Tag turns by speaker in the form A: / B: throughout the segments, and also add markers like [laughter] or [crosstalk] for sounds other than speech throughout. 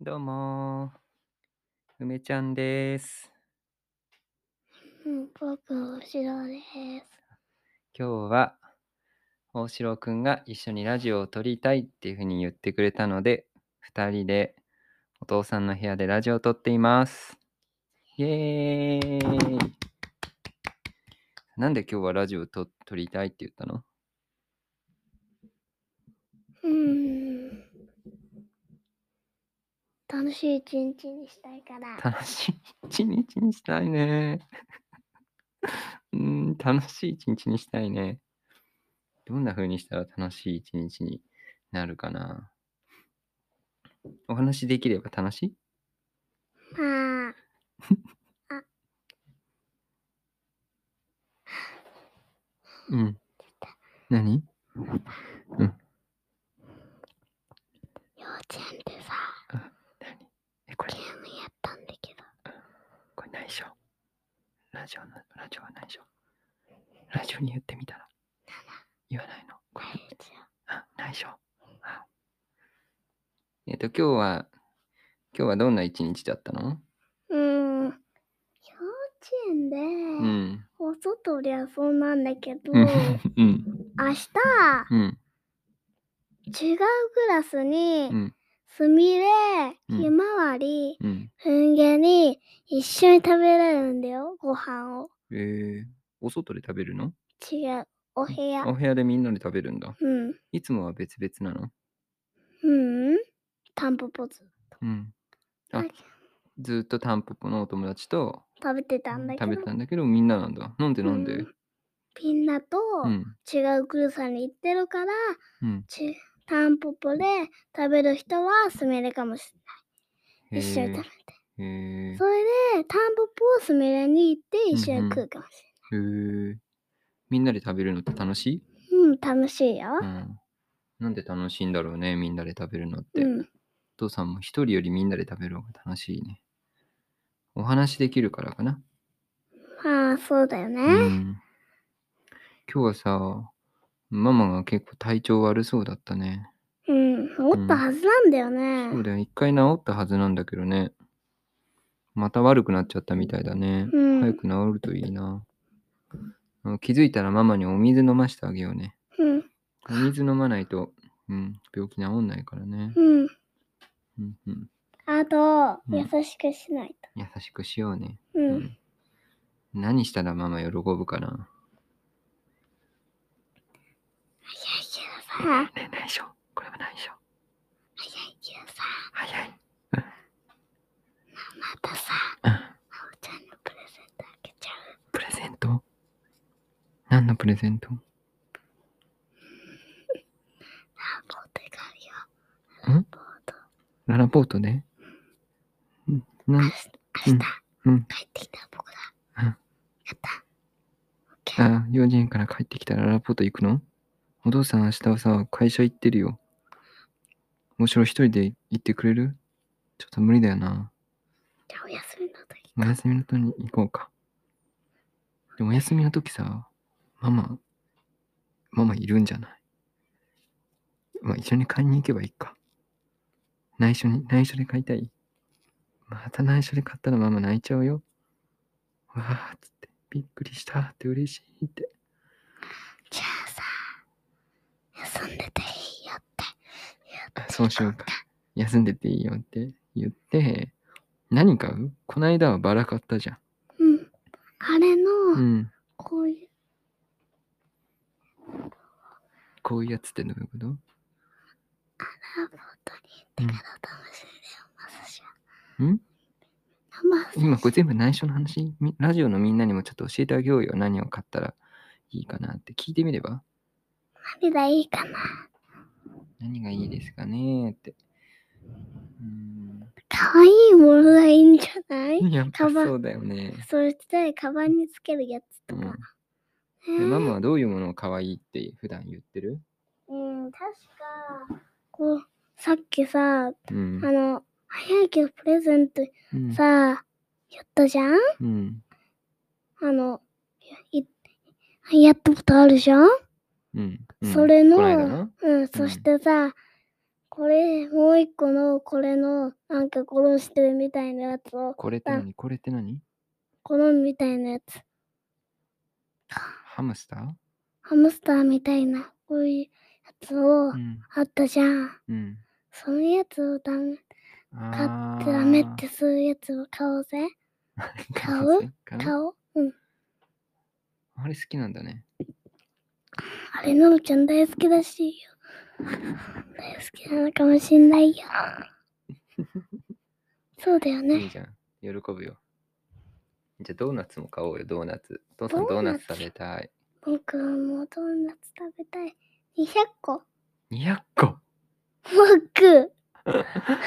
A: どうもー、梅ちゃんです。
B: うん、僕は後ろです。
A: 今日は大城くんが一緒にラジオを撮りたいっていうふうに言ってくれたので、2人でお父さんの部屋でラジオを撮っています。イエーイなんで今日はラジオと撮りたいって言ったの
B: うん。楽しい一日にしたい
A: [laughs]
B: から。
A: 楽しい一日にしたいね。 [laughs] うーん、楽しい一日にしたいね。どんな風にしたら楽しい一日になるかな。お話できれば楽しい
B: まあ。あ、
A: うん。何
B: 幼稚園でさ、
A: 何え、これ
B: ゲ、ームやったんだけど。
A: これ内緒。ラジオの、ラジオは内緒。ラジオに言ってみたら。言わないの。これ
B: 大丈
A: あ、内緒。あえっと、今日は、今日はどんな一日だったの
B: 夫。うん。幼稚園で、
A: うん。
B: お外で遊んだんだけど、
A: う
B: 明
A: ん。うん。
B: 日、
A: うん。
B: 違うクラスに
A: う、ん。
B: すみれ、
A: うん
B: ひまわり、
A: うん。
B: ふんげに一緒に食べられるんだよ、ご飯を。
A: えー、お外で食べるの
B: 違う、お部屋。
A: お部屋でみんなで食べるんだ。
B: うん。
A: いつもは別々なの
B: うん。タンポポズ。
A: うん。あ
B: あ、
A: ずーっとタンポポのお友達と
B: 食べてたんだけ
A: 食
B: ど。
A: べたんだけど、みんななんだ。なんでなんで
B: うみんなと
A: うん。
B: 違うクルーさんに行ってるから、
A: うん。
B: ちタンポポで食べる人はスミレかもしれない。一緒に食べて。
A: べへえ。
B: それで、タンポポをスミレに行って一緒に食うかもし
A: へーみんなで食べるのって楽しい
B: れない。うん、楽しいよ。
A: うん。なんで楽しいんだろうね、みんなで食べるのって。
B: うん。
A: お父さんも一人よりみんなで食べる方が楽しいね。お話できるからかな。
B: まあ、そうだよね。
A: うん。今日はさ、ママが結構体調悪そうだったね。
B: うん。おったはずなんだよ
A: そう
B: ね。
A: だよ、一回治ったはずなんだけどね。また悪くなっちゃったみたいだね。
B: うん
A: 早く治るといいな。あ気づいたらママにお水飲ましてあげようね。
B: うん。
A: お水飲まないと、うん、病気治んないからね。
B: うん。
A: うんうん、
B: あと、
A: うん
B: 優しくしない
A: 優しくしようね。
B: と。うん。
A: 何したらママ喜ぶかない
B: やいやさ、
A: ね内緒。これは内緒。
B: いやいやさ、
A: 早い。
B: またさ、
A: うん
B: まおちゃんのプレゼント開けちゃう。
A: プレゼント何のプレゼント
B: ラボートがあるよ。
A: ララポートね。うんな
B: 明
A: んう
B: 日、明
A: ん
B: 日、
A: うん
B: 帰ってきた僕だ。
A: うん
B: やった。オッケー。
A: あ幼稚園から帰ってきたらララポート行くのお父さん明日はさ、会社行ってるよ。もしろ一人で行ってくれるちょっと無理だよな。
B: じゃあお休みの時。
A: お休みの時に行こうか。でもお休みの時さ、ママ、ママいるんじゃないまあ一緒に買いに行けばいいか。内緒に、内緒で買いたいまた内緒で買ったらママ泣いちゃうよ。わーっつって、びっくりしたって嬉しいって。
B: じゃあさ、休んでていいよって。
A: あそうしようか。休んでていいよって言って、何買うこないだはバラ買ったじゃん。
B: うん。あれ
A: う
B: の、
A: ん。
B: こういう、
A: こういうやつってどういうこと
B: ラボートに行ってから楽しいだよ、まさしは。
A: うん
B: まさし
A: 今これ全部内緒の話みラジオのみんなにもちょっと教えてあげようよ何を買ったらいいかなって聞いてみれば
B: 涙いいかな。
A: 何がいいですかねってう
B: かわいいものがいいんじゃない
A: ーんやっぱ
B: カバン
A: そうだよね、
B: それって、カバンにつけるやつ
A: う
B: とか。
A: ん、
B: え
A: で
B: ー
A: ママはどういうものを可愛いって普段言ってる
B: うん、確か、こう、さっきさ、あ
A: うん、
B: の、早いけどプレゼント
A: うん
B: さ、やったじゃん
A: うん
B: あの、いやったことあるじゃん
A: うんうん
B: それの
A: こないだな
B: うん、そしてさ、これ、もう一個の、これの、なんかコロンしてるみたいなやつを、
A: これって何これって何
B: コロンみたいなやつ、
A: ハムスター
B: ハムスターみたいな、こういうやつを
A: う、ん。
B: あったじゃん。
A: うん。
B: そのやつをダメ、買
A: あ
B: って
A: ー
B: ダメってするやつを買おうぜ。買う
A: 買
B: 買おう。うん。
A: あれ好きなんだね。
B: あれ、ののちゃん大好きらしいよ。大好きなのかもしんな
A: [laughs]
B: いよ。そうだよ
A: いい
B: ね。
A: じゃん。喜ぶよ。じゃあドーナツも買おうよ、ドーナツ。父さん
B: ド
A: ド
B: ー
A: ー
B: ナ
A: ナ
B: ツ
A: ツ食べたい。
B: 僕はもうドーナツ食べたい。200個。
A: 200個
B: 僕
A: [laughs]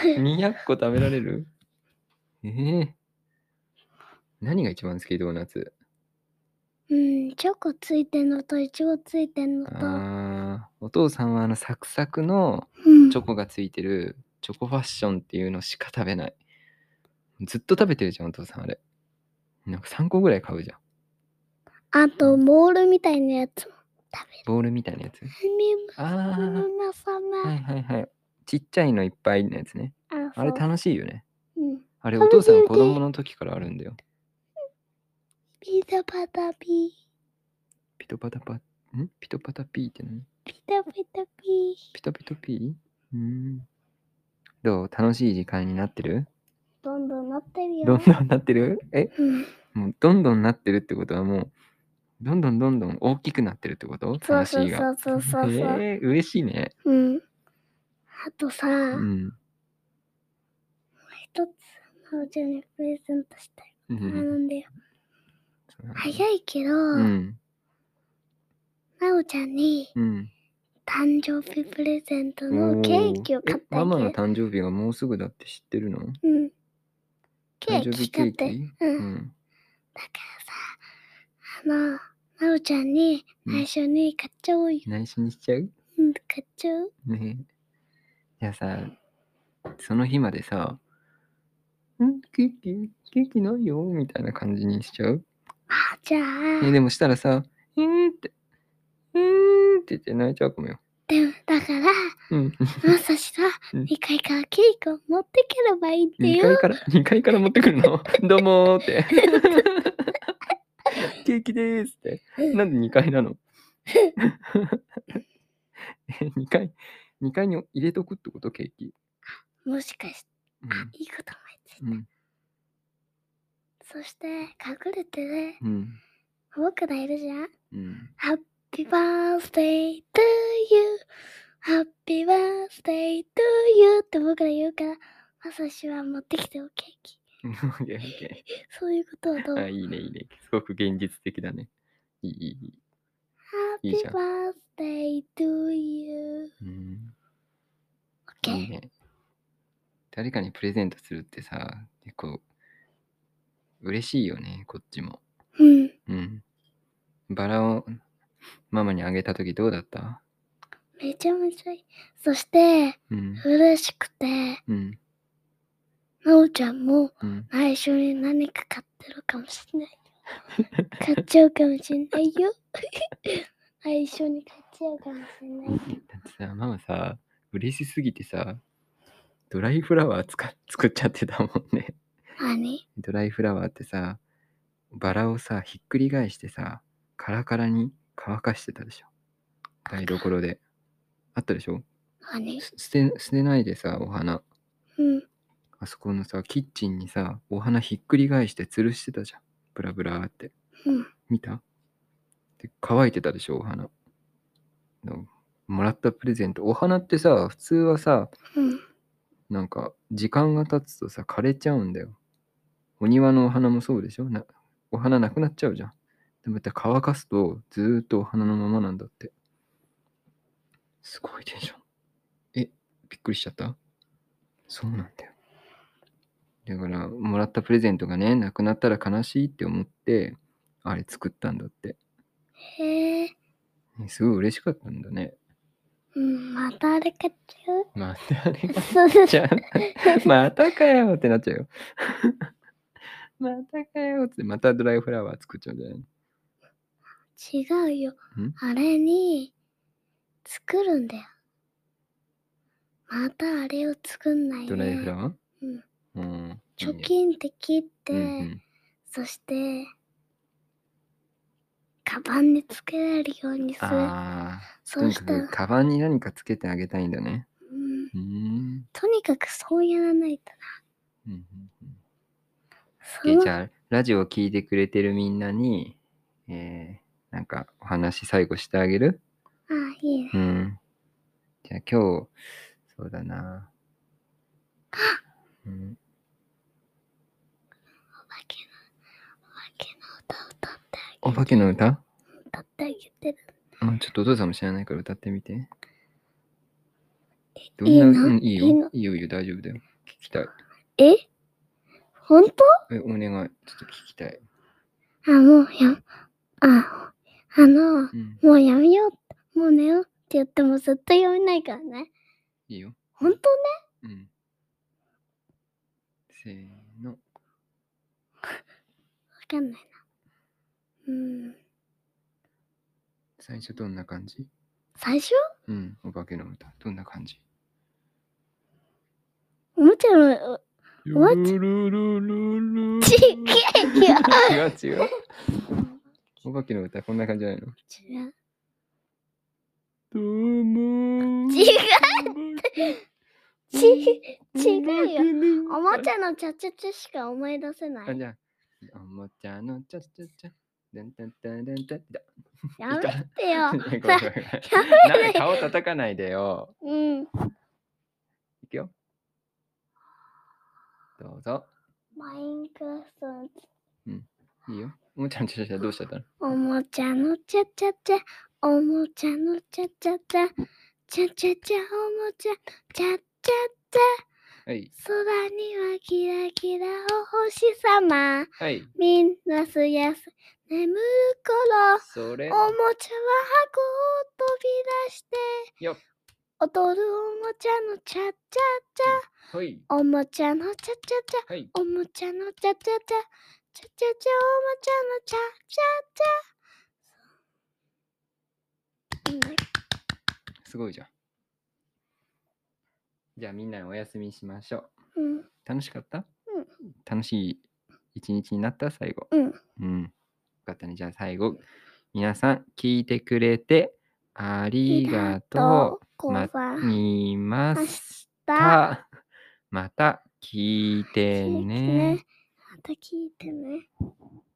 A: !200 個食べられるええ何が一番好きドーナツ
B: うん、チョコついてんのとイチゴついてんのと。
A: あーお父さんはあのサクサクの
B: うん
A: チョコがついてるチョコファッションっていうのしか食べない。ずっと食べてるじゃん、お父さんあれ。なんか3個ぐらい買うじゃん。
B: あと、ボールみたいなやつも食べる。
A: ボールみたいなやつ。
B: みむ
A: あ
B: みむまさ
A: あ、
B: ま。
A: はいはいはい。ちっちゃいのいっぱいのやつね。
B: あ
A: あれ
B: そう
A: 楽しいよね。
B: うん。
A: あれお
B: 楽
A: 父
B: しい
A: さ
B: よね
A: ん子供の時からあるんだよ。
B: ピザパタピー。
A: ピトパタパ、んピトパタピーって何
B: ピタピタピー。
A: ピトピトピーうーん。どう楽しい時間になってる
B: どんどんなってるよ。
A: どんどんなってるえ
B: うん、
A: もうどんどんなってるってことはもう、どんどんどんどん大きくなってるってこと
B: そう
A: 楽し
B: そう
A: い
B: そ
A: が。
B: うそうそうそう。 [laughs]
A: えー、嬉しいね。
B: うん。あとさ、
A: うん。
B: 一つ、なおちゃんにプレゼントしたい。
A: う
B: あ
A: ん。
B: なんだよ。
A: そうだね
B: 早いけど、
A: うん。
B: なおちゃんに
A: うん。
B: 誕生日プレゼント
A: お
B: の
A: ー
B: ケーキを買っ
A: え
B: てあ
A: ママ
B: げ
A: の
B: る。
A: 誕生日がもうすぐだって知ってるの
B: うん。ケ
A: 誕
B: ー
A: 生
B: キ
A: 日
B: 買
A: ケ
B: っ
A: ー
B: て。
A: キ
B: う。
A: うんん。
B: だからさ、あの、なおちゃんに
A: うん
B: 内緒に買っちゃおうよ。
A: 内緒にしちゃう
B: うん、買っちゃう
A: ねじゃあさ、その日までさ、んケーキ、ケーキないよみたいな感じにしちゃう
B: あ、じゃ
A: え、
B: あ、
A: でもしたらさ、えーって、えーって言って泣いちゃうかもよ。
B: でも、だから、
A: うん。
B: まさしが
A: うん
B: 2階からケーキを持ってければいいって
A: 2
B: よ。
A: 階から、二階から持ってくる [laughs] のどうもーって。ケーキでーすって。なんで2階な [laughs] のえ、2階、2階に入れとくってことケーキ。
B: もしかして、
A: う
B: あ
A: ん、
B: いいこと思いついた。
A: うん。
B: そして、隠れてね、
A: うん。
B: 僕らいるじゃん。
A: うん。
B: Happy birthday to you.Happy birthday to you って僕ら言うから、まさしは持ってきてよ、ケーキ。
A: オッケーオッケー。
B: そういうことをどう
A: あ、いいね、いいね。すごく現実的だね。いい、いい、いい。いい
B: ?Happy
A: じゃん
B: birthday to you.
A: うん、いい
B: OK。
A: ね。誰かにプレゼントするってさ、結構、嬉しいよね、こっちも。
B: うん。
A: うん。バラをママにあげたときどうだった
B: めちゃめちゃいい。そして、
A: うん。
B: 嬉しくて、
A: うん。
B: なおちゃんも
A: うん。
B: 内緒に何か買ってるかもしれないよ。買っちゃうかもしれないよ。内緒に買っちゃうかもしれないよ。
A: だってさ、ママさ、嬉しすぎてさ、ドライフラワーつか作っちゃってたもんね。
B: 何
A: ドライフラワーってさ、バラをさ、ひっくり返してさ、カラカラに乾かしてたでしょ。台所で。あったでしょ
B: 何
A: す捨て捨てないでさ、お花。
B: うん。
A: あそこのさ、キッチンにさ、お花ひっくり返して吊るしてたじゃん。ブラブラーって。
B: うん
A: 見たで乾いてたでしょ、お花。のもらったプレゼント。お花ってさ、普通はさ、
B: うん。
A: なんか時間が経つとさ枯れちゃうんだよ。お庭のお花もそうでしょなお花なくなっちゃうじゃん。でもまた乾かすとずーっとお花のままなんだって。すごいでしょ。え、びっくりしちゃったそうなんだよ。だから、もらったプレゼントがね、なくなったら悲しいって思って、あれ作ったんだって。
B: へえ。
A: ねすごい嬉しかったんだね。
B: うん。またあれ買っちゃう
A: またね。
B: そうそう
A: じゃあ [laughs] またかよってなっちゃうよ。 [laughs] またかよって、またドライフラワー作っちゃうんじゃないの
B: 違うよ
A: ん。
B: あれに作るんだよ。またあれを作んない
A: ドライフラ
B: ワ
A: ワー
B: ー
A: うん。いい
B: 貯
A: ね
B: 金できて、
A: うんうん
B: そしてカバンにつけられるようにする
A: ああ、と
B: そう
A: に
B: し
A: か
B: たら
A: く、、カバンに何かつけてあげたいんだね。
B: うん、
A: うーん。
B: とにかくそうやらないと
A: うんうんうん
B: な
A: え
B: そ
A: じ
B: の
A: ゃあ、ラジオを聞いてくれてるみんなに、えー、なんかお話最後してあげる
B: ああいいね
A: うん。じゃあ今日、そうだな。うん、
B: お化けのお化けの歌を歌ってあ
A: お
B: げて
A: 化けの歌
B: 歌ってあげてる
A: うんちょっとお父さんも知らないから歌ってみて。ど
B: いいの
A: うんいいよ
B: いいの
A: いいよ、いいよ、大丈夫だよ。聞きたい。
B: え本
A: え、お願い。ちょっと聞きたい。
B: 当あもうやああの
A: うん、
B: もうやめようもう寝ようって言っても絶対やめないからね
A: いいよ。
B: 本当
A: うん。せーの。
B: わかんないな。うん。
A: 最初どんな感じ
B: 最初
A: うん、お化けの歌。どんな感じ
B: おもちゃの、What？
A: ルルルルル
B: ちげえよ
A: 違う違う。お化けの歌、こんな感じじゃないの
B: 違う。
A: どうも
B: 違う。
A: 違
B: ち、違うよ。
A: よ
B: おもち
A: ゃ
B: ゃのチャチャチャしか思い出せない。
A: あ、
B: や
A: じゃあ、おもちゃのちゃちゃちゃ。ダンダンダンダンダンダ
B: め
A: いた
B: てよ。
A: ン [laughs] ごめんごめんなんで顔叩かないでよ。
B: うん。
A: いくよ。どうぞ。
B: マインクラフトの
A: いいよ。おもちゃのちゃちゃどうしちゃったの
B: おもちゃのチャチャチャ。おもちゃのチャチャチャ。チャチャチャ、おもちゃ、チャチャチャ。
A: はい。
B: 空にはキラキラお星様。
A: はい。
B: みんなすやす眠る
A: それ
B: 頃、おもちゃは箱を飛び出して
A: よっ。
B: 踊るおもちゃのチャッチ
A: はい。
B: ャおもちゃのチャチャチ
A: はい。
B: ャおもちゃのチャチャチャチャチャチャおもちゃのチャチャチャいいね
A: すごいじゃん。じゃあみんなお休みしましょう。
B: うん
A: 楽しかった、
B: う
A: 楽しい一日になった最後。
B: うん
A: うん。よかったね。じゃあ最後、皆さん聞いてくれてありがと
B: うこ
A: ま
B: ば
A: う。見ま
B: 明
A: した
B: 日。
A: また聞いて
B: 聞いて
A: ね
B: ね。また聞いてね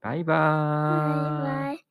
A: バイバ
B: バ
A: ーイ。
B: イバイ